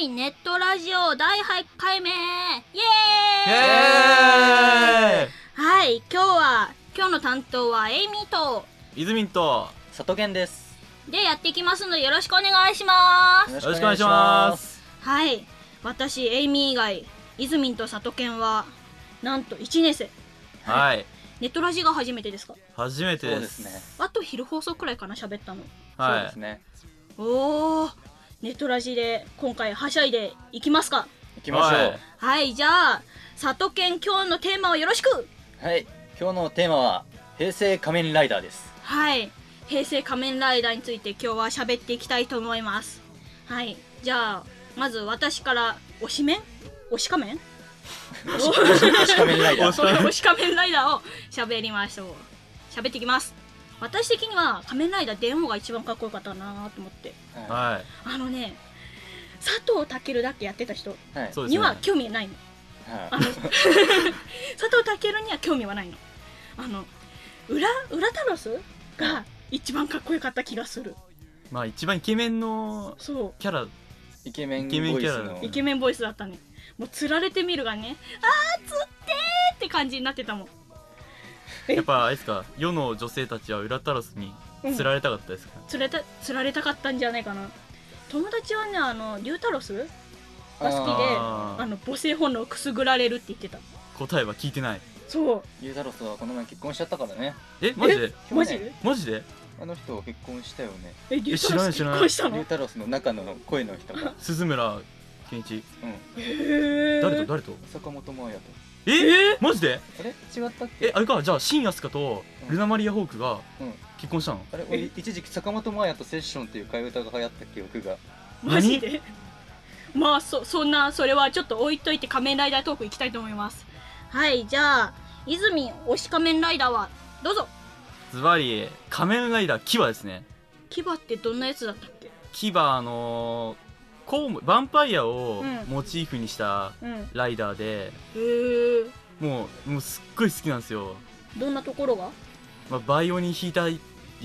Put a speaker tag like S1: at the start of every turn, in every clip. S1: イネットラジオ第8回目イエーイ
S2: え
S1: はい、今日は、今日の担当はエイミーと、
S2: ーイズミンと
S3: 里健です
S1: でやっていきますのでよろしくお願いします
S3: よ
S2: よろしくお願いします
S1: はい、私エイミー以外、イズミンとサトケンは、なんと1年生。
S2: はい
S1: ネットラジが初めてですか
S2: 初めて
S3: そう
S2: で
S3: ですすね
S1: あと昼放送くらいかな、喋ったの。
S3: そう
S2: は
S3: です
S2: い
S3: ね
S1: おー、ネットラジで今回はしゃいでいきますか
S3: 行きましょ
S2: は
S1: はい、じゃあ、サトケン今日のテーマをよろしく
S3: うはい今日のテーマは平成仮面ライダーです
S1: はい、平成仮面ライダーについて今日は喋っていきたいと思います。はい、じゃあまず私から推し面推し仮面
S3: 推し仮面ラ イ
S2: 推
S3: ダ
S2: し
S3: ー
S2: 仮面
S1: 推し仮面ライダーを喋りましょう。喋っていきます。私的には仮面ライダー電王が一番かっこよかったなと思って。
S3: は
S2: は
S1: あのね、佐藤健だけやってた人
S3: いはい
S2: いそうです
S1: に
S2: ね
S1: は興味ないの。
S3: はい
S1: あの佐藤健には興味はないの。あの、裏、裏タロスが一番かっこよかった気がする。
S2: まあ一番イケメンの
S1: そう。
S2: キャラ
S3: イケメン
S2: イ
S3: ボイ
S2: ケメンキャラ
S3: ス
S2: の
S3: の
S1: イケメンボイスだったねもう釣られてみるがねあー釣ってーって感じになってたもんえ
S2: やっぱあれですか世の女性たちは裏タロスに釣られたかったですか
S1: 釣れた釣られたかったんじゃないかな友達はねあのリュータロスが好きで
S2: あー
S1: あの母性本能をくすぐられるって言ってた
S2: 答えは聞いてない
S1: そう
S3: ゆうたろうとはこの前結婚しちゃったからね
S2: えマジで
S1: マジ
S3: 去年
S2: マジで
S3: あの人結婚したよね
S1: えリュー
S2: 知
S1: タ
S2: らな
S1: ロ
S2: い
S1: ス結
S2: 知らない
S1: 婚した
S3: ゆ
S1: の
S3: うたろうの中の声の 人が
S2: 鈴村健一
S3: うん
S1: へー
S2: 誰と誰と
S3: 坂本真綾と
S2: えマジで
S3: あれ違ったっ
S2: え
S3: け
S2: あれかじゃあ新安香と
S3: うん
S2: ルナマリアホークが
S3: うん
S2: 結婚したの
S3: あれ俺一時期坂本真綾とセッションっていう替え歌が流行った記憶が
S1: マジでまあそそんなそれはちょっと置いといて仮面ライダートークいきたいと思いますはいじゃあ泉推し仮面ライダーはどうぞ
S2: ズバリ仮面ライダーキバですね
S1: 牙ってどんなやつだったっけ
S2: キバあのー、こうヴァンパイアを
S1: うん
S2: モチーフにした
S1: うんへ
S2: ライダーで、
S1: え
S2: もうもうすっごい好きなんですよ、
S1: どんなところが
S2: まあ、バイオリン弾いたり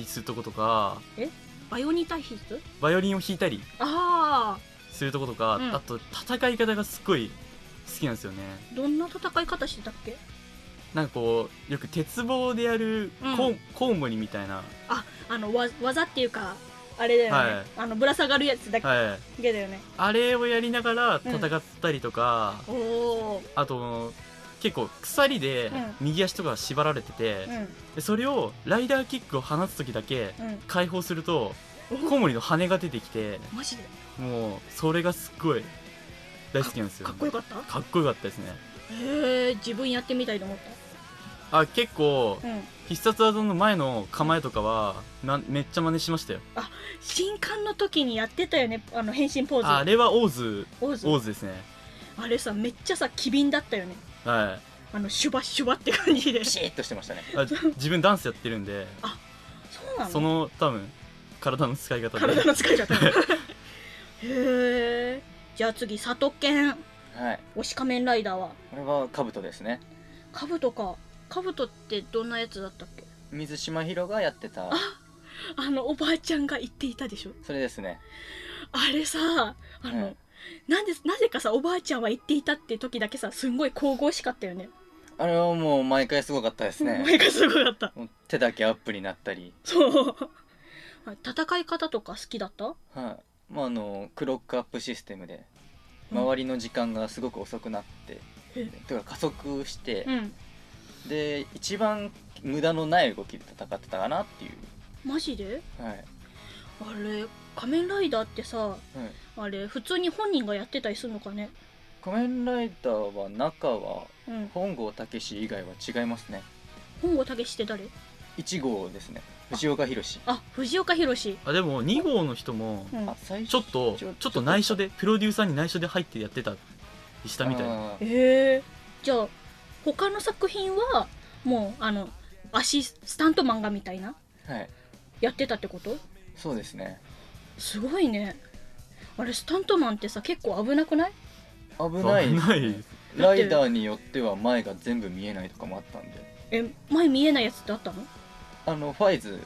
S2: するとことか
S1: バイオニタヒス
S2: バイオリンを弾いたり
S1: あ
S2: するとことか、
S1: うん
S2: あと戦い方がすっごい好きなんですよね
S1: あどんな戦い方してたっけ
S2: なんかこうよく鉄棒でやるコ,、
S1: う
S2: コウモリみたいな
S1: ああのわ技っていうかあれだよね、
S2: はい
S1: あのぶら下がるやつだけ
S2: はい
S1: だよね、
S2: あれをやりながら戦ったりとか、
S1: おおー
S2: あと結構鎖で
S1: う
S2: 右足とか縛られてて、
S1: う
S2: でそれをライダーキックを放つ時だけ
S1: んうん
S2: 解放すると
S1: お
S2: コウモリの羽が出てきて
S1: マジで
S2: もうそれがすっごい大好きなんですよ
S1: かっこよかった
S2: かっこよかったですね
S1: へえ自分やってみたいと思っ
S2: あ結構
S1: たうん
S2: 必殺技の前の構えとかはなんめっちゃ真似しましたよ
S1: 新刊の時にやってたよねあの変身ポーズ
S2: ああれはオーズ
S1: ポーズ
S2: オーズですね
S1: あれさめっちゃさ機敏だったよね
S2: は
S1: あのシュバシュバって感じで
S3: ピシッとしてましたね
S2: いあ自分ダンスやってるんで
S1: そうなの
S2: その多分体の使い方で
S1: 体の使い 方へえじゃあ次里健
S3: はい
S1: 推し仮面ライダーは
S3: これは兜ですね
S1: カブトかカブトってどんなやつだったっけ
S3: 水島ひろがやってた
S1: あのおばあちゃんが言っていたでしょ
S3: それですね
S1: あれさあの、
S3: うん
S1: なんでなぜかさおばあちゃんは言っていたって時だけさすんごい神々しかったよね
S3: あれはもう毎回すごかったです
S1: ね
S3: ね
S1: がすごかった
S3: もう手だけアップになったり、
S1: そう あ戦い方とか好きだった
S3: はいまあ、あのクロックアップシステムで周りの時間がすごく遅くなって、
S1: え
S3: とか加速して
S1: う、ん
S3: で一番無駄のない動きで戦ってたかなっていう
S1: マジで
S3: はい、
S1: あれ仮面ライダーってさ
S3: はい、
S1: あれ普通に本人がやってたりするのかね
S3: 仮面ライダーは中は
S1: うん
S3: 本郷武史以外は違いますね
S1: 本郷武って誰
S3: 1号ですね藤岡弘
S1: あ藤岡弘
S2: あでも2号の人も
S1: うん
S3: あ最初
S2: ちょっとちょっと内緒でプロデューサーに内緒で入ってやってたりしたみたいな
S3: あー
S1: へえじゃあ他の作品はもうあのアシススタントマンがみたいな
S3: はい
S1: やってたってこと
S3: そうですね
S1: すごいねあれスタントマンってさ結構危なくない
S3: 危ないですね
S2: 危ないです
S3: ライダーによっては前が全部見えないとかもあったんで
S1: え前見えないやつってあったの
S3: あのファイズ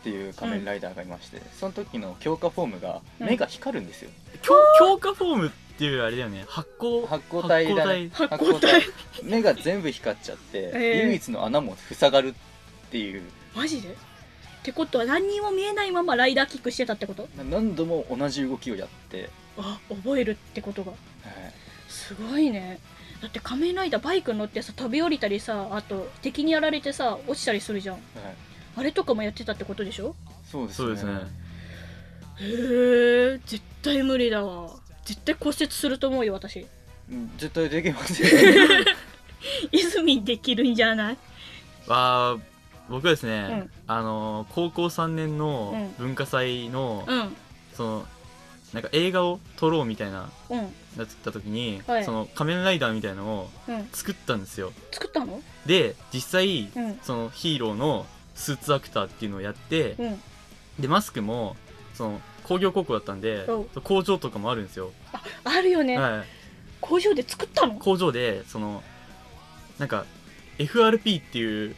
S3: っていう仮面ライダーがいまして、その時の強化フォームが目が光るんですよ、
S2: 強強化フォームっていうよりあれだよね発光
S3: 発光体だね
S1: 発光体
S3: 目が全部光っちゃって、
S1: ええ
S3: 唯一の穴も塞がるっていう
S1: マジでってことは何にも見えないままライダーキックしてたってこと
S3: 何度も同じ動きをやって、
S1: あ覚えるってことが
S3: はい
S1: すごいねだって仮面ライダーバイク乗ってさ飛び降りたりさあと敵にやられてさ落ちたりするじゃん
S3: はい、
S1: あれとかもやってたってことでしょ
S3: そうです
S2: そう
S3: ね
S2: ですね
S1: へえ絶対無理だわ絶対骨折すると思うよ 私
S3: うん絶対できま せん
S1: 泉できるんじゃない
S2: わあ僕はですね、
S1: うん
S2: あのー高校3年の文化祭の、
S1: うん
S2: そのなんか映画を撮ろうみたいな
S1: うん
S2: なってた時に、
S1: はい
S2: その仮面ライダーみたいなのを
S1: うん
S2: 作ったんですよ
S1: 作ったの
S2: で実際
S1: うん
S2: そのヒーローのスーツアクターっていうのをやって
S1: うん
S2: でマスクもその工業高校だったんで
S1: お
S2: 工場とかもあるんですよ、
S1: あるよね、
S2: はい、
S1: 工場で作ったの
S2: 工場でそのなんか FRP っていう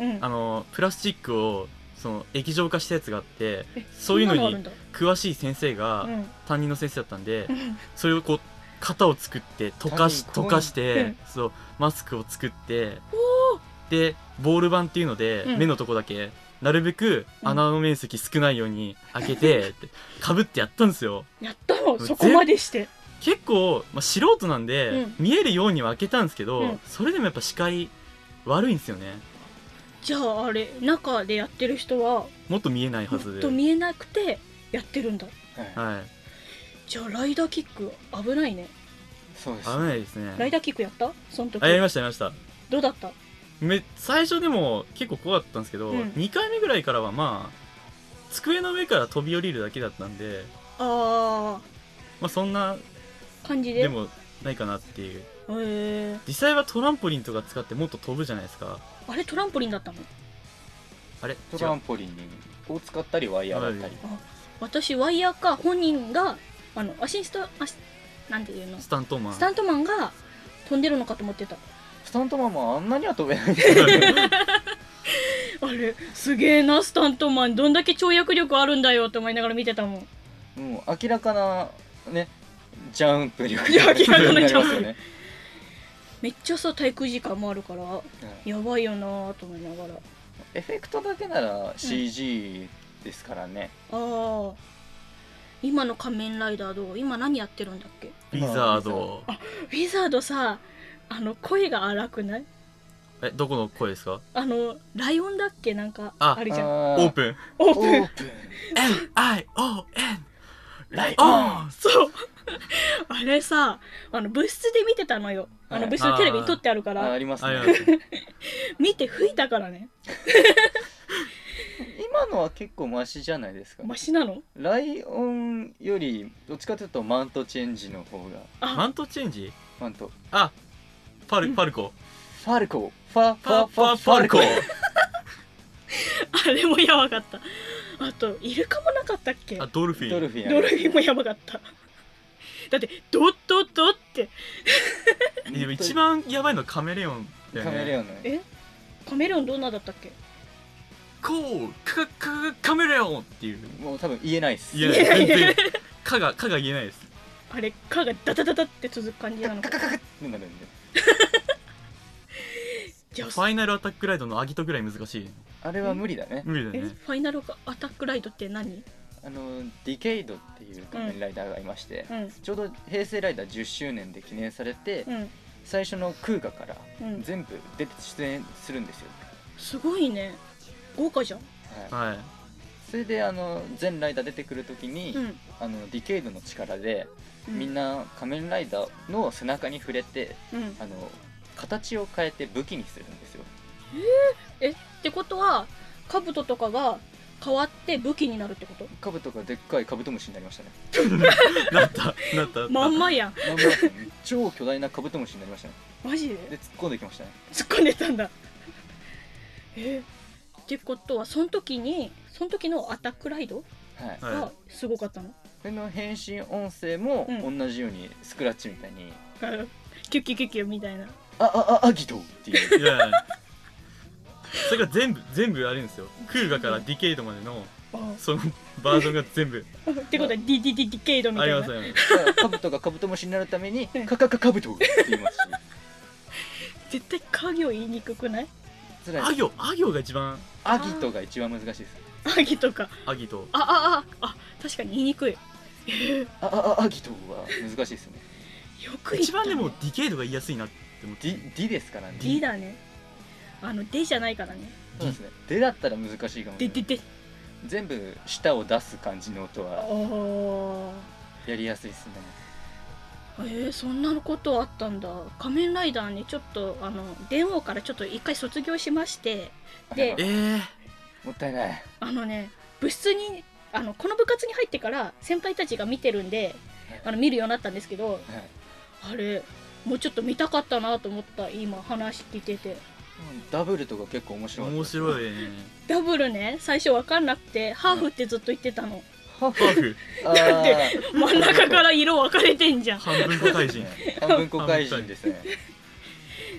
S1: うん
S2: あのプラスチックをその液状化したやつがあって
S1: え
S2: そういうの
S1: そんなあるん
S2: に
S1: だ
S2: 詳しい先生が、
S1: うん
S2: 担任の先生だったんで
S1: うん
S2: それをこう型を作って溶かし
S3: 担任
S2: 溶かし
S1: う
S2: て
S1: ん
S2: そうマスクを作って
S1: おー
S2: でボール板っていうので、
S1: うん
S2: 目のとこだけなるべく穴の面積少ないように開けてかぶってやったんですよ
S1: やったの
S2: ぜ
S1: そこまでして
S2: 結構、まあ、素人なんで、
S1: うん
S2: 見えるようには開けたんですけど、
S1: うん
S2: それでもやっぱ視界悪いんですよね
S1: じゃああれ中でやってる人は
S2: もっと見えない
S1: も
S2: は
S1: っ
S2: ずで
S1: と見えなくてやってるんだ
S3: はい、
S2: はい
S1: じゃあライダーキック危ないね
S3: そうです
S2: 危ないです
S1: ライ
S2: ね
S1: ダーキックやったその時
S2: あやりましたやりました
S1: どうだった
S2: め最初でも結構怖かったんですけど、
S1: うん
S2: 2回目ぐらいからはまあ机の上から飛び降りるだけだったんで、
S1: あ
S2: まあ、そんな
S1: ー感じで
S2: でもないかなっていう
S1: へえ
S2: 実際はトランポリンとか使ってもっと飛ぶじゃないですか
S1: あれトランポリンだったの
S2: あれ
S3: トラ
S2: 違う
S3: ンポリンを使ったりワイヤーだったり
S1: 私ワイヤーか本人があのアシストアシなんていうの
S2: スタントマン
S1: スタントマンが飛んでるのかと思ってた
S3: スタントマンもあんなには飛べないですよ
S1: あれすげえなスタントマンどんだけ跳躍力あるんだよって思いながら見てたもん
S3: もう明らかなねジャンプ力
S1: いや明らかなジャンプ
S3: にりますよね
S1: めっちゃさ滞空時間もあるから
S3: はい
S1: やばいよなーと思いながら
S3: エフェクトだけなら CG ですからね、
S1: ああ今の仮面ライダーどう今何やってるんだっけ
S2: ウィザード
S1: ウィザードさあの声が荒くない
S2: えどこの声ですか
S1: あのライオンだっけなんかあ
S2: あ
S1: れじゃん
S2: オ
S3: あ
S2: ープン
S1: オー
S3: オ
S1: プン
S3: ープン
S2: M-I-O-N
S3: ライオ
S2: あ
S3: ン
S2: そう
S1: あれさあの部室で見てたのよあの部室のテレビに撮ってあるか
S3: ああ
S1: ら
S3: ります
S2: あ
S3: ね
S2: りがとうございます
S1: 見て吹いたからね
S3: 今のは結構マシじゃないですか、
S1: マシなの
S3: ライオンよりどっちかというとマントチェンジの方が
S2: マ
S1: あ
S2: ントチェンジ
S3: マント
S2: あパル
S1: うん
S2: パルコ
S3: ファルコファフ
S2: パ
S3: ァファ
S2: パ
S3: ファ
S2: パ
S3: ル
S2: ル
S3: コ
S2: コ
S1: あれもやばかったあとイルカもなかったっけ
S2: あドルフィ
S3: ドル
S2: ン
S3: フィン
S1: ドルフィンもやばかっただってドッドッドッって
S2: いやでも一番やばいのはカメレオンだよ
S3: カ
S2: ね
S3: メレオンの
S1: えカメレオンどんなだったっけ
S2: こうカカカカメレオンっていう
S3: もう多分言えないです
S2: 言えない 全然カがカが言えないです
S1: あれ「か」がダダダダって続く感じなのか
S3: カカカカってなるんで
S1: じゃあ
S2: ファイナルアタックライドのアギトぐらい難しい
S3: あれは無理だね
S2: 無理だ
S1: え
S2: よね
S1: ファイナルアタックライドって何
S3: あのディケイドっていう仮面ライダーがいまして、
S1: うん
S3: ちょうど平成ライダー10周年で記念されて、
S1: うん
S3: 最初の空ガから
S1: うん
S3: 全部出て出演するんですよ、
S1: すごいね豪華じゃん
S3: はい、
S2: はい
S3: それであの全ライダー出てくる時に、
S1: うん
S3: あのディケイドの力で
S1: うん
S3: みんな仮面ライダーの背中に触れて
S1: うん
S3: あの形を変えて武器にするんですよ
S1: ってことは兜とかが変わって武器になるってこと
S3: カブトがでっかいカブトムシになり ましたね
S2: なったなったなった
S1: まんまやん
S3: まんまですね超巨大なカブトムシになりましたね
S1: マジ
S3: で
S1: で
S3: 突っ込んできましたね
S1: 突っ込んでたんだ えーってことはその時にその時のアタックライド
S3: はい
S2: はい
S1: がすごかったの、
S3: それの変身音声も
S1: うん
S3: 同じようにスクラッチみたいに
S1: キュッキュッキュッキュッみたいな
S3: 「あああアギト!」って いう
S2: いやそれが全部全部あれですよクーガからディケイドまでのそのバージョンが全部
S1: ってことは DDD ケイドみ
S2: あ
S1: たい
S2: り
S1: な
S2: ますありま
S3: カブトがカブトムシになるためにカカカカブトって言いますし
S1: 絶対家業言いにくくない
S3: つ
S2: す
S3: ら
S2: あ
S3: い
S2: 行あ行が一番
S3: アギトが一番難しいです
S1: アギとか
S2: あぎと
S1: ああああ確かに言いにくいよ
S3: ああアギトは難しいですね
S1: く言った
S2: 一番でもディケイドが言いやすいなって思って
S3: ディディですからね
S1: D だねあの「で」じゃないからね
S3: そうですねデだったら難しいか
S1: 「
S3: もし
S1: で」「で」「
S3: れない
S1: で」
S3: 全部舌を出す感じの音
S1: あ
S3: は
S1: ー
S3: やりやすいですね
S1: えー、そんなことあったんだ仮面ライダーねちょっとあの電王からちょっと一回卒業しましてで
S2: え
S3: え
S2: ー、
S3: もったいない
S1: あのね部室にあのこの部活に入ってから先輩たちが見てるんであの見るようになったんですけど
S3: はい
S1: あれもうちょっと見たかったなと思った今話聞いてて
S3: ダブルとか結構面白い
S2: 面白
S3: い
S2: いね
S1: ダブルね最初わかんなくてハーフってずっと言ってたの
S3: ハーフ
S2: ハーフ
S3: あー
S1: 真ん中から色分かれてんじゃん
S2: 半分 個怪 人
S3: 半分個怪人ですね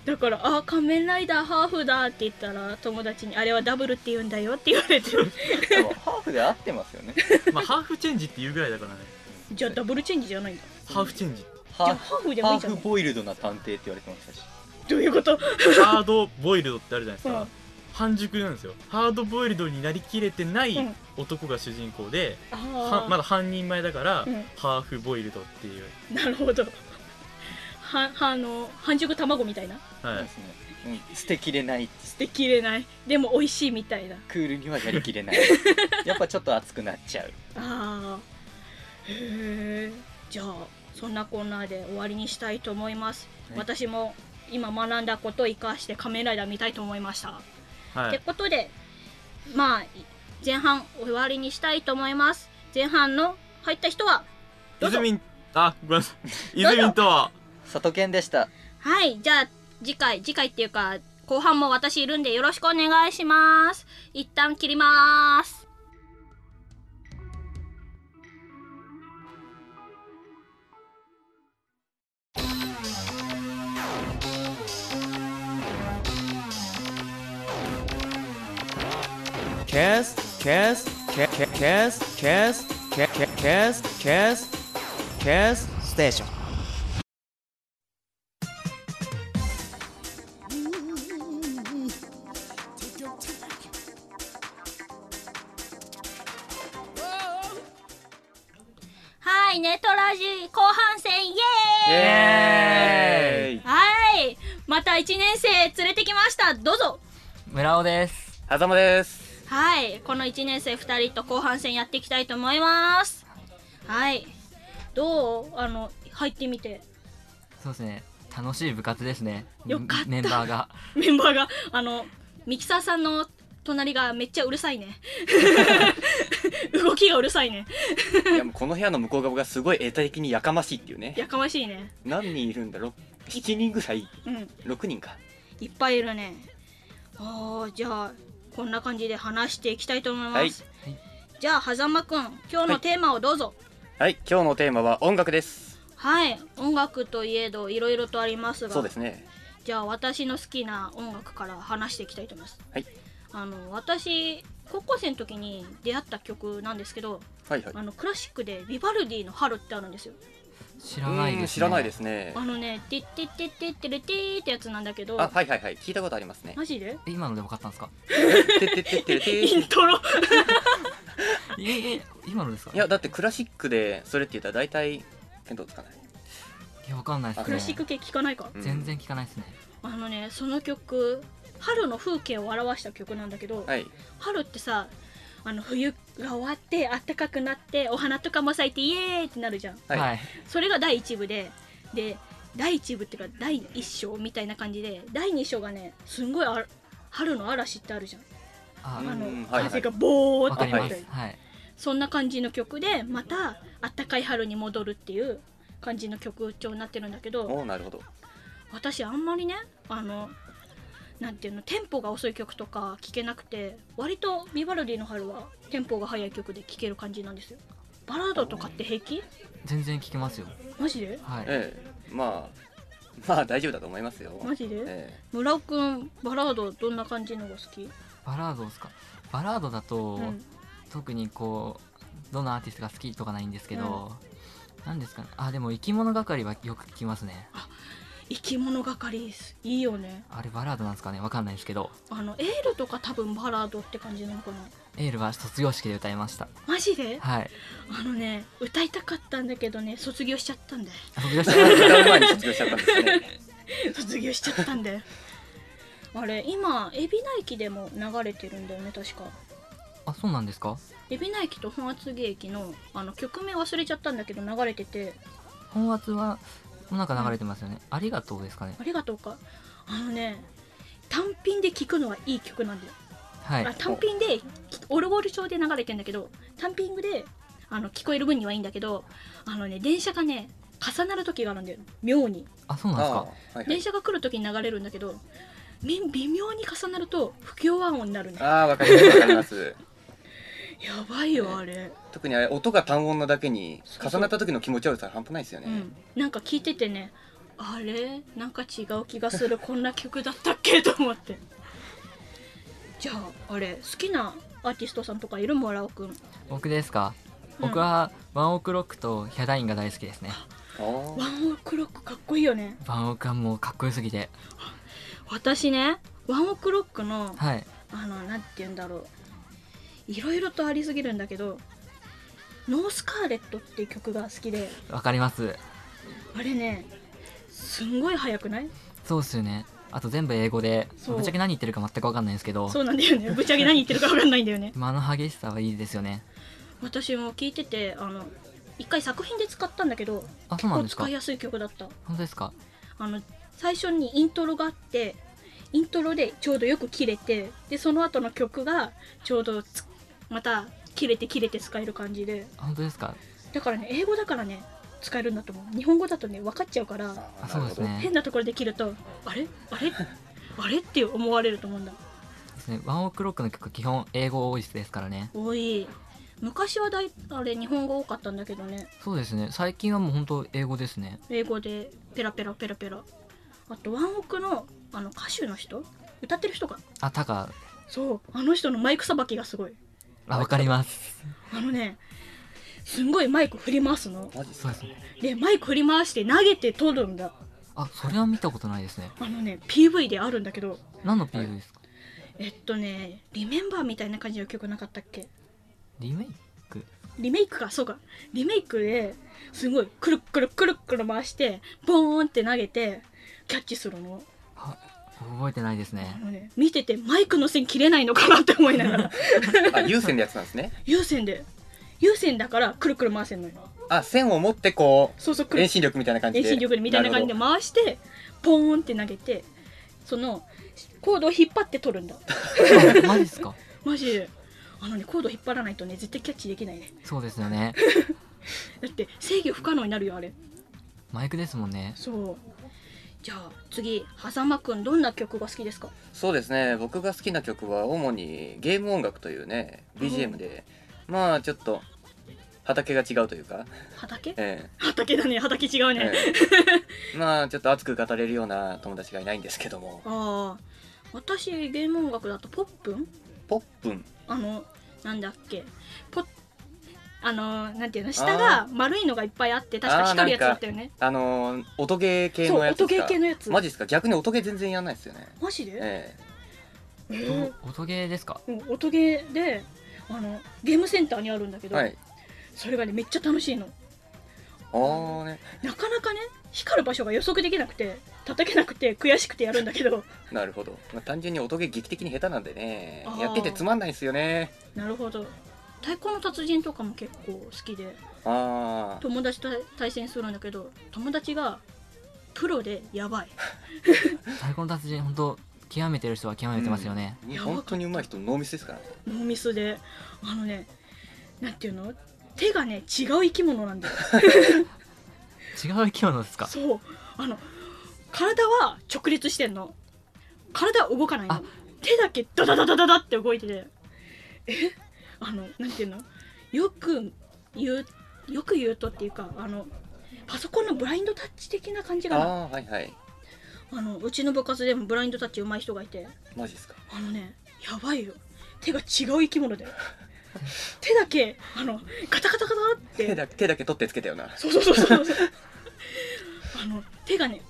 S1: だから「あー仮面ライダーハーフだ」って言ったら友達に「あれはダブルって言うんだよ」って言われて
S3: でもハーフで合ってます よね
S2: まあハーフチェンジっていうぐらいだからね
S1: じゃあダブルチェンジじゃないんだ
S2: ハーフチェンジって
S1: じ
S3: ハ
S1: ゃあ
S3: ーフ
S1: ハーフでも
S3: ハ
S1: いい
S3: ー
S1: じゃん
S3: フボイルドな探偵って言われてましたし
S1: どういうこと
S2: ハードボイルドってあるじゃないです
S1: う
S2: か
S1: ん
S2: 半熟なんですよハードボイルドになりきれてない
S1: うん
S2: 男が主人公で、
S1: あ
S2: は
S1: あ、
S2: まだ半人前だから、
S1: うん
S2: ハーフボイルドっていう、
S1: なるほどははあの半熟卵みたいな
S2: は
S3: そう
S2: い
S3: で、すね、うん、捨てきれない
S1: 捨てきれないでも美味しいみたいな
S3: クールにはやり きれないやっぱちょっと熱くなっちゃう
S1: あーへえじゃあそんなコーナーで終わりにしたいと思います、
S3: はい
S1: 私も今学んだことを生かして仮面ライダー見たいと思いました
S2: は
S1: って
S2: い、
S1: ことでまあい前半終わりにしたいと思います前半の入った人はどうぞ
S2: 泉んあごめんなさい
S1: どうぞ
S2: 泉んと
S3: 里健でした
S1: はいじゃあ次回次回っていうか後半も私いるんでよろしくお願いします一旦切ります
S4: キャスキャスキャキャキャスキャスキャキャキャスキャスキャスステーション
S1: はい、ネトラジ後半戦イエーイ
S3: イエ ーイ
S1: はい、また1年生連れてきました。どうぞ
S5: 村尾です
S3: はざまです
S1: はい、この1年生2人と後半戦やっていきたいと思います。はい、どうあの、入ってみて。
S5: そうですね楽しい部活ですね
S1: よかった
S5: メンバーが
S1: メンバーが、あの、ミキサーさんの隣がめっちゃうるさいね。 動きがうるさいね。
S6: いやもうこの部屋の向こう側がすごい得体的にやかましいっていうね
S1: やかましいね。
S6: 何人いるんだろう7人ぐらい
S1: うん、
S6: 6人か
S1: いっぱいいるね。ああ、じゃあ、こんな感じで話していきたいと思います。
S5: はいはい
S1: じゃあ、狭間くん、今日のテーマをどうぞ。
S6: はい今日のテーマは音楽です
S1: はい、音楽といえどいろいろとありますが
S6: そうですね
S1: じゃあ私の好きな音楽から話していきたいと思います、
S6: はい
S1: あの私高校生の時に出会った曲なんですけど
S6: はいはい
S1: あのクラシックでヴィヴァルディの「春」ってあるんですよ
S5: 知らないです、
S6: う
S5: ね、
S6: ん知らないですね
S1: あのね「てってってってってれてー」ってやつなんだけど
S6: あはいはいはい聞いたことありますね
S1: マジで
S5: え今ので分かったんですか
S6: てってってってれ て
S1: イ
S6: い
S1: ントロ
S5: ええ今のですか
S6: やだってクラシックでそれって言ったら大体見当つかない、
S5: いやわかんないですね
S1: クラシック系聞かないか
S6: うん
S5: 全然聞かないですね
S1: あのねその曲春の風景を表した曲なんだけど、
S6: はい
S1: 春ってさあの冬が終わって暖かくなってお花とかも咲いてイエーイってなるじゃん
S6: はい
S5: はい
S1: それが第1部でで第1部っていうか第1章みたいな感じで第2章がねすんごいあ春の嵐ってあるじゃん
S5: あ
S6: うん
S1: あの、
S6: はいはい
S1: 風がボー
S5: わ
S1: って
S5: かりま
S1: 吹い
S5: す
S1: て
S5: はい
S1: そんな感じの曲でまたあったかい春に戻るっていう感じの曲調になってるんだけど
S6: おおなるほど
S1: 私あんまりねあのなんていうのテンポが遅い曲とか聴けなくて割とビバルディの春はテンポが速い曲で聴ける感じなんですよバラードとかって平気
S5: 全然聞きますよ
S1: マジで
S5: はい、
S6: ええまあまあ大丈夫だと思いますよ
S1: マジで、
S6: え
S1: 村尾くんバラードどんな感じのが好き、
S5: バラードですかバラードだと、
S1: うん
S5: 特にこうどのアーティストが好きとかないんですけど、なんですかねあでも生き物係はよく聞きますね
S1: 生き物係ですいいよね
S5: あれバラードなんですかねわかんないですけど
S1: あのエールとか多分バラードって感じなのかな
S5: エールは卒業式で歌いました
S1: マジで
S5: はい
S1: あのね歌いたかったんだけどね卒業しちゃったんだよ
S5: あ卒 業した
S6: 歌う前に卒業しちゃったんですね。
S1: 卒業しちゃったんだよあれ今海老名駅でも流れてるんだよね確か
S5: あそうなんですか
S1: 海老名駅と本厚木駅のあの曲名忘れちゃったんだけど流れてて
S5: 本圧はなんか流れてますよね、ありがとうですかね
S1: ありがとうかあのね単品で聴くのはいい曲なんだよ
S5: はい
S1: あ単品でオルゴール調で流れてんだけど単品であの聞こえる分にはいいんだけどあのね電車がね重なる時があるんだよ妙に
S5: あそう
S6: あ
S5: なんですか
S6: あ、はいは
S1: 電
S6: い。
S1: 車が来る時に流れるんだけどみ微妙に重なると不協和音になるんだよ
S6: ああ、わかります、わかります。
S1: やばいよあれ、
S6: 特にあれ、音が単音なだけに、重なった時の気持ち悪さは半端ないですよ
S1: う
S6: ね。
S1: ん、なんか聞いててねあれなんか違う気がするこんな曲だったっけと思ってじゃああれ好きなアーティストさんとかいるもらおくん
S5: 僕ですか
S1: うん
S5: 僕はワンオクロックとヒャダインが大好きですね
S6: あー
S1: ワンオクロックかっこいいよね
S5: ワンオクはもうかっこよすぎて
S1: 私ねワンオクロックの
S5: はい
S1: あのなんて言うんだろういろいろとありすぎるんだけど「ノースカーレット」っていう曲が好きで
S5: わかります
S1: あれねすんごい速くない
S5: そうっすよねあと全部英語で
S1: そう
S5: ぶっちゃけ何言ってるか全くわかんないんですけど
S1: そうなんだよねぶっちゃけ何言ってるか分かんないんだよね
S5: 間の激しさはいいですよね
S1: 私も聞いててあの一回作品で使ったんだけど
S5: あ
S1: 結
S5: そうなん
S1: 構
S5: ですか
S1: 使いやすい曲だった
S5: 本当ですか
S1: あの最初にイントロがあってイントロでちょうどよく切れてでその後の曲がちょうどつまた切れて切れて使える感じで
S5: 本当ですか
S1: だからね英語だからね使えるんだと思う日本語だとね分かっちゃうから
S6: あ
S5: あ
S6: ー
S5: そうです。ね
S1: 変なところで切るとあれ あれあれって思われると思うんだ
S5: ですねワンオクロックの曲基本英語多いですからね
S1: 多い昔はだいあれ日本語多かったんだけどね
S5: そうですね最近はもう本当英語ですね
S1: 英語でペラペラペラペラあとワンオクのあの歌手の人歌ってる人か
S5: あたか
S1: そうあの人のマイクさばきがすごい
S5: あわかります
S1: あのねすんごいマイク振り回すの
S6: マジっす
S5: そう
S6: か
S5: ですね
S1: でマイク振り回して投げて取るんだ
S5: あそれは見たことないですね
S1: あのね PV であるんだけど
S5: 何の PV ですか
S1: えっとね「リメンバー」みたいな感じの曲なかったっけ
S5: リメイク
S1: リメイクかそうかリメイクですごいくるっくるっくるっくる回してボーンって投げてキャッチするの
S5: あ覚えてないです
S1: あ
S5: ね
S1: のね見ててマイクの線切れないのかなって思いな がら
S6: あ、有線のやつなんですね。
S1: 有線で有線だからくるくる回せんのよ
S6: あ、線を持ってこ
S1: そうそうく
S6: う、
S1: る
S6: 遠心力みたいな感じ
S1: 遠
S6: で。
S1: 心力でみたいな感じで
S6: る
S1: 回してポーンって投げてそのコードを引っ張って取るんだ
S5: あマジっすか
S1: マジであのねコード引っ張らないとね絶対キャッチできないね
S5: そうですよね
S1: だって制御不可能になるよあれ
S5: マイクですもんね
S1: そうじゃあ次狭間くんどんな曲が好きですか
S6: ほどそうですね。僕が好きな曲は主にゲーム音楽というね、BGM で、まあちょっと畑が違うというか、
S1: 畑
S6: え
S1: 畑だね畑違う
S6: え
S1: ね、
S6: え えまあちょっと熱く語れるような友達がいないんですけども、
S1: ああ私ゲーム音楽だとポップン
S6: ポップン。
S1: あのなんだっけポあのなんていうの下が丸いのがいっぱいあって確か光るやつだったよね
S6: あのー、音ゲー系
S1: そ
S6: の
S1: う
S6: やつ
S1: 音
S6: です
S1: ゲ
S6: か
S1: ー系のやつ
S6: マジですか逆に音ゲー全然やんないですよね。
S1: マジで、
S6: え
S1: えー
S5: 音音ゲーですか
S1: うん音ゲーであのゲームセンターにあるんだけ
S6: え
S1: ど、
S6: はい。
S1: それがねめっちゃ楽しいの
S6: あーね。
S1: なかなかね光る場所が予測できなくて叩けなくて悔しくてやるんだけど
S6: なるほど。まあ、単純に音ゲー劇的に下手なんでね
S1: あ。ー
S6: やっててつまんないんですよね。
S1: なるほど太鼓の達人とかも結構好きで
S6: ああ。
S1: 友達と対戦するんだけど友達がプロでやばい
S5: 太鼓の達人本当極めてる人は極めてますよね、
S1: やばかった
S6: 本当に上手い人ノーミスですからね。
S1: ノーミスであのねなんていうの手がね違う生き物なんだ よ
S5: 違う生き物ですか
S1: そうあの体は直立してんの体は動かないの
S5: あ
S1: 手だけダダダダダダって動いててえあのなんていうのよく言うよく言うとっていうかあのパソコンのブラインドタッチ的な感じ
S6: あ
S1: がな
S6: あー、はいはい。
S1: あのうちの部活でもブラインドタッチ上手い人がいて
S6: マジですか。
S1: あのねやばいよ手が違う生き物だよ手だけあのガタガタガタって
S6: 手だ手だけ取ってつけたよな
S1: そうそうそうそうそうあの手がね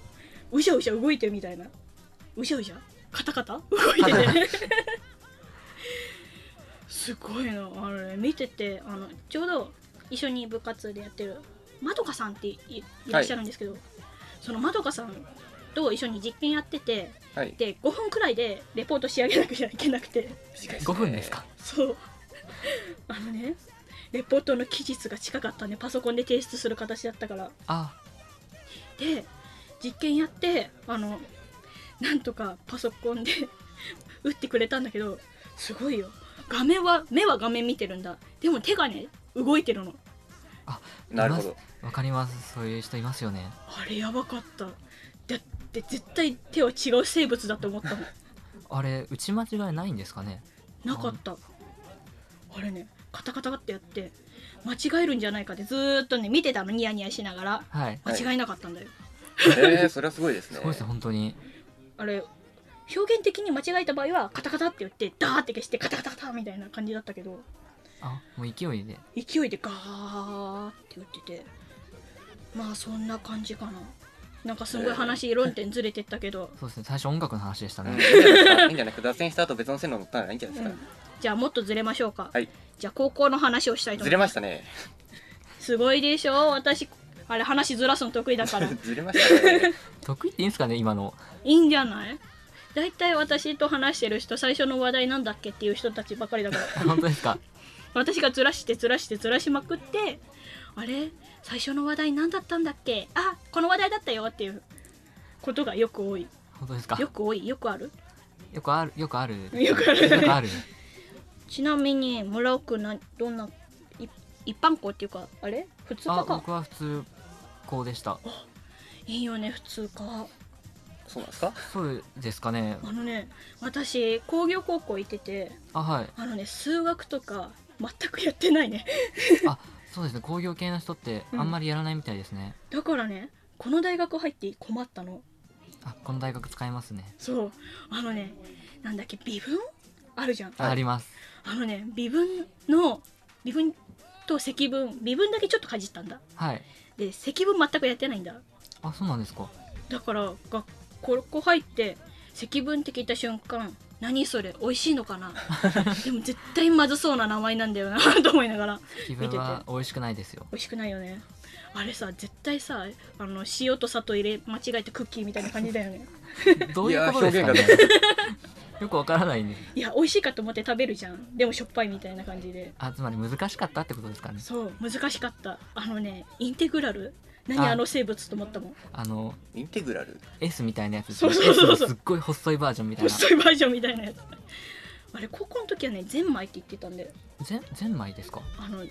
S1: うじゃうじゃ動いてるみたいなうじゃうじゃカタカタ動いて てすごいなあれ見ててあのちょうど一緒に部活でやってるまどかさんっていいらっしゃるんですけど、そのまどかさんと一緒に実験やってて
S6: はい
S1: で5分くらいでレポート仕上げなくちゃいけなくて
S6: 短い
S5: 5分ですか
S1: そうあのねレポートの期日が近かったねパソコンで提出する形だったから
S5: あ
S1: で実験やってあのなんとかパソコンで 打ってくれたんだけどすごいよ画面は目は画面見てるんだでも手がね動いてるの
S6: なるほど
S5: わかりますそういう人いますよね
S1: あれやばかっただって絶対手は違う生物だと思ったの
S5: あれ打ち間違いないんですかね
S1: なかったあれねカタカタってやって間違えるんじゃないかってずーっとね見てたのニヤニヤしながら
S5: はい
S6: はい
S1: 間違えなかったんだよ、
S6: えー、それはすごいですね
S5: すごいです本当に
S1: あれ表現的に間違えた場合はカタカタって言ってダーって消してカタカタカタみたいな感じだったけど
S5: あもう勢いで
S1: 勢いでガーって打っててまあそんな感じかななんかすごい話論点ずれてったけど、
S5: そうですね最初音楽の話でした
S6: うん
S5: ね
S6: いいんじゃないですかいいんじゃないですか脱線した後別の線路乗ったらいいんじゃないうです
S1: ん
S6: か、
S1: じゃあもっとずれましょうか、
S6: はい
S1: じゃあ高校の話をしたいと
S6: ず
S1: 思
S6: れ
S1: い
S6: ま
S1: ます
S6: したね
S1: すごいでしょ私あれ話ずらすの得意だからい
S6: ずれましたね
S5: 得意っていいんですかね今の
S1: いんじゃないだいたい私と話してる人最初の話題なんだっけっていう人たちばかりだから
S5: 本当ですか
S1: 私がずらしてずらしてずらしまくってあれ最初の話題何だったんだっけあこの話題だったよっていうことがよく多い
S5: 本当ですか
S1: よく多いよくある
S5: よくあるよくある
S1: よくある
S5: よくある
S1: ちなみに村奥などんない一般校っていうかあれ普通
S5: あ
S1: 科か
S5: 僕は普通こうでした
S1: いいよね普通科
S6: そうなんですか
S5: そうですかね
S1: あのね私工業高校行ってて
S5: あはい
S1: あのね数学とか全くやってないね
S5: そうですね工業系の人って
S1: うん
S5: あんまりやらないみたいですね、
S1: だからねこの大学入って困ったの
S5: あこの大学使えますね
S1: そうあのねなんだっけ微分あるじゃん
S5: ああります
S1: あのね微分の微分と積分微分だけちょっとかじったんだ
S5: はい
S1: で積分全くやってないんだ
S5: あそうなんですか
S1: だから学校ここ入って積分って聞いた瞬間何それ美味しいの かなでも絶対まずそうな名前なんだよなと思いながら
S5: 気分は美味しくな いですよ
S1: 美味しくないよねあれさ絶対さあの塩と砂糖入れ間違えてクッキーみたいな感じだよね
S5: どういうことですか
S6: い
S5: ね
S6: や表
S5: よくわからないね
S1: いや美味しいかと思って食べるじゃんでもしょっぱいみたいな感じで
S5: あつまり難しかったってことですかね
S1: そう難しかったあのねインテグラル何
S5: あ
S1: あの生物と思ったもん
S5: あの
S6: インテグラル
S5: S みたいなやつです
S1: そう
S5: ね
S1: そうそうそう
S5: S のすっごい細いバージョンみたいな
S1: 細いバージョンみたいなやつあれ高校の時はねゼンマイって言ってたんで
S5: ぜんゼンマイですか
S1: あの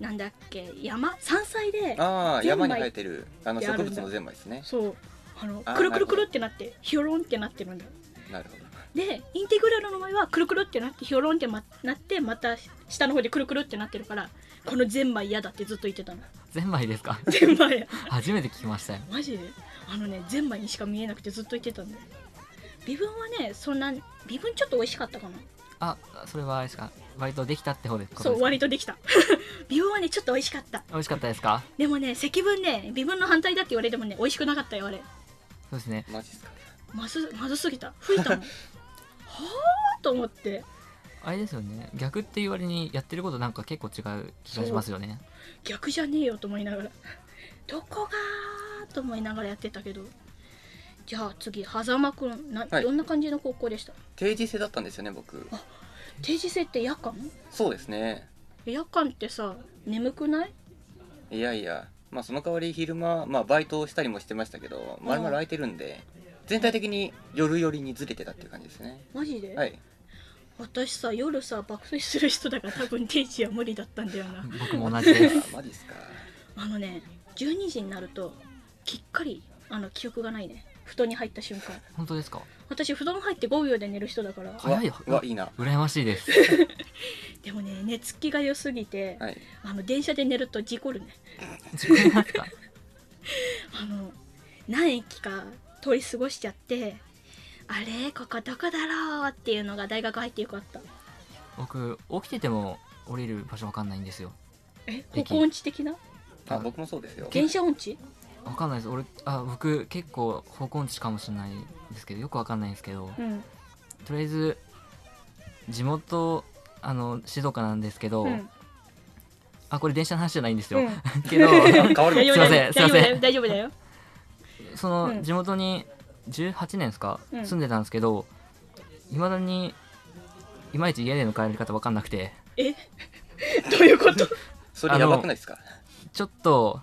S1: なんだっけ山山菜で
S6: ああ
S1: ゼンマ
S6: 山
S1: イ
S6: に生えてるあの
S1: ってあ
S6: 植
S1: るんだ
S6: 物のゼンマイですね
S1: そうあの
S6: あー
S1: くるく
S6: なる
S1: るく
S6: ほ
S1: る
S6: ど
S1: ってなってヒョロンってなってるんだよ
S6: なるほど
S1: でインテグラルの場合はくるくるってなってヒョロンって、ま、なってまた下の方でくるくるってなってるからこのゼンマイ嫌だってずっと言ってたの
S5: ゼンマイです か
S1: ゼンマイ
S5: 初めて聞きましたよ
S1: マジであのねゼンマイにしか見えなくてずっと言ってたんだよ微分はねそんな微分ちょっと美味しかったかな
S5: あそれはあれですか割とできたって方ですか
S1: そう割とできた 微分はねちょっと美味しかった
S5: 美味しかったですか
S1: でもね積分ね微分の反対だって言われてもね美味しくなかったよあれ
S5: そうですね
S6: マジですか
S1: まずまずすぎた吹いたもんはあと思って
S5: あれですよね逆っていう割にやってることなんか結構違う気がしますよね
S1: 逆じゃねえよと思いながらどこがーと思いながらやってたけどじゃあ次狭間くんな、
S6: はい
S1: どんな感じの高校でした
S6: 定時制だったんですよね僕
S1: 定時制って夜間
S6: そうですね
S1: 夜間ってさ眠くない
S6: いやいやまあその代わり昼間まあバイトをしたりもしてましたけどまるまる空いてるんで全体的に夜寄りにずれてたっていう感じですね
S1: マジで、
S6: はい
S1: 私さ夜さ爆睡する人だから多分定時は無理だったんだよな
S5: 僕も同じです
S6: あマジですか
S1: あのね12時になるときっかりあの記憶がないね布団に入った瞬間
S5: 本当ですか
S1: 私布団入って5秒で寝る人だから
S5: 早いよ
S6: うわうわいいな
S5: 羨ましい です
S1: でもね寝つきが良すぎて、
S6: はい
S1: あの電車で寝ると事故るね
S5: 自己なんか
S1: あの何駅か通り過ごしちゃってあれここどこだろうっていうのが大学入ってよかった
S5: 僕起きてても降りる場所わかんないんですよ
S1: え
S5: 駅
S1: 歩行音痴的な
S3: あ僕もそうですよ
S1: 電車音痴
S5: わかんないです俺あ僕結構方向音痴かもしれないですけどよくわかんないんですけど
S1: うん
S5: とりあえず地元あの静岡なんですけど、
S1: うん
S5: あこれ電車の話じゃないんですよ、
S1: うん
S5: けど
S3: 変わる
S1: 大
S3: の
S1: 丈夫
S5: すいま
S1: だ
S5: せ
S1: よ
S5: んすいません
S1: 大丈夫だよ
S5: そうの
S1: ん
S5: 地元に18年ですか、
S1: うん
S5: 住んでたんですけどいまだにいまいち家での帰り方わかんなくて
S1: 大丈夫だよどういうこと
S3: それやばくないですか
S5: ちょっと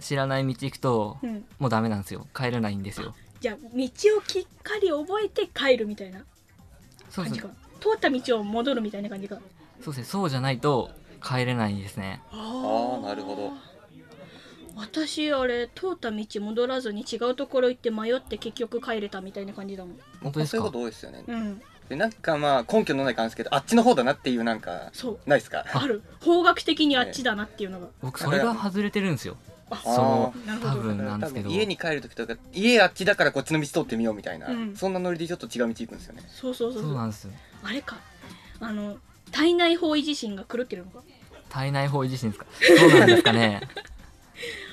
S5: 知らない道行くと
S1: うん
S5: もうダメなんですよ帰れないんですよ
S1: じゃあ道をきっかり覚えて帰るみたいな
S5: そ
S1: 感
S5: うで
S1: じ
S5: す
S1: か
S5: ね
S1: 通った道を戻るみたいな感じか
S5: そうですねそうじゃないと帰れないですね
S1: あ
S3: ああなるほど
S1: 私あれ通った道戻らずに違うところ行って迷って結局帰れたみたいな感じだもん
S5: 本当です
S3: そういうこ
S5: か
S3: と多いですよね
S1: うん
S3: でなんかまあ根拠のない感じですけどあっちの方だなっていうなんか
S1: そう
S3: ないですか
S1: ある方角的にあっちだなっていうのが、
S5: 僕それが外れてるんですよ
S1: あ
S5: その
S1: なる
S5: 多
S1: ほど
S5: 分なんですけど
S3: 多分家に帰る時とか家あっちだからこっちの道通ってみようみたいな、
S1: うん
S3: そんなノリでちょっと違う道行くんですよね
S1: そうそうそうそ
S5: そう
S1: う
S5: なんですよ
S1: あれかあの体内包囲地震が狂ってるのか
S5: 体内包囲地震ですかそうなんです かね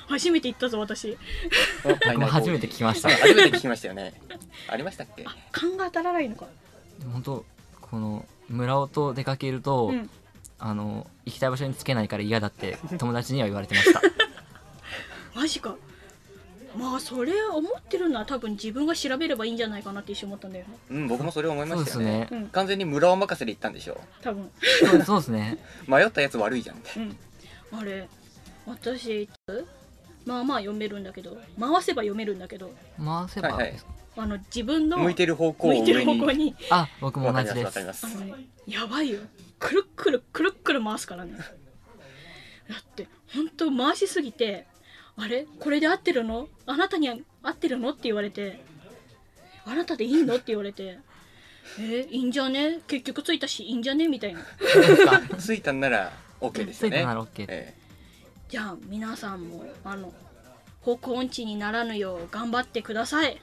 S1: 初めて行ったぞ私
S5: 僕も初めて聞きました
S3: あ初めて聞きましたよねありましたっけ
S1: あ勘が当たらないのか
S5: 本当この村尾と出かけると、
S1: うん
S5: あの行きたい場所につけないから嫌 だって友達には言われてました
S1: マジかまあそれ思ってるのは多分自分が調べればいいんじゃないかなって一瞬思ったんだよね
S3: うん僕もそれ思いま
S5: そう
S3: し
S5: で
S3: た
S5: す
S3: よね
S5: ね
S1: うん
S3: 完全に村を任せで行ったんでしょ
S1: 多分
S5: そうそうですね
S3: 迷ったやつ悪いじゃん
S1: うん あれ私いつまあまあ読めるんだけど回せば読めるんだけど
S5: 回せば
S3: はいはい
S5: ですか、
S1: あの自分の
S3: 向いてる方
S1: 向
S3: 向を
S1: いてる
S3: 上
S1: 方
S3: に
S1: 向に
S5: あ僕も
S3: わか
S5: 同
S3: り
S5: じ
S3: ます
S5: で
S3: わかり
S5: す
S3: ます
S1: あのねやばいよくるっくるくるっくる回すからねだってほんと回しすぎて「あれこれで合ってるのあなたに合ってるの?」って言われて「あなたでいいの?」って言われて「えいいんじゃね結局ついたしいいんじゃね?」みたいな
S3: 着いたんなら OK です
S5: つ
S3: よ
S5: い
S3: ね
S5: たなら OK
S3: え
S1: じゃあ皆さんもあの方向音痴にならぬよう頑張ってください
S3: え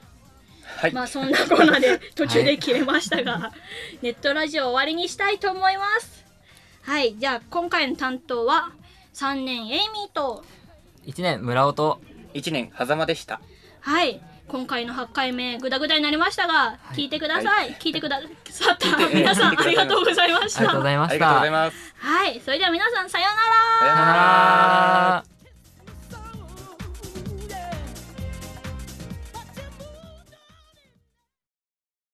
S3: はい、
S1: まあそんなコーナーで途中で切れましたが、ネットラジオ終わりにしたいと思いますはいじゃあ今回の担当は3年エイミーと
S5: 1年村尾と
S3: 1年狭間でした
S1: はい今回の8回目グダグダになりましたが、
S5: い
S1: 聞いてください、
S3: は
S1: 聞いてくださった皆さんありがとうございまし
S5: ありが
S1: た
S5: とうございま
S3: あ
S5: し
S3: りがとうご
S5: たさ
S3: ざい
S5: よ
S3: ます
S1: はいそれでは皆さんさようなら
S3: さよう
S5: な
S3: なら
S5: ら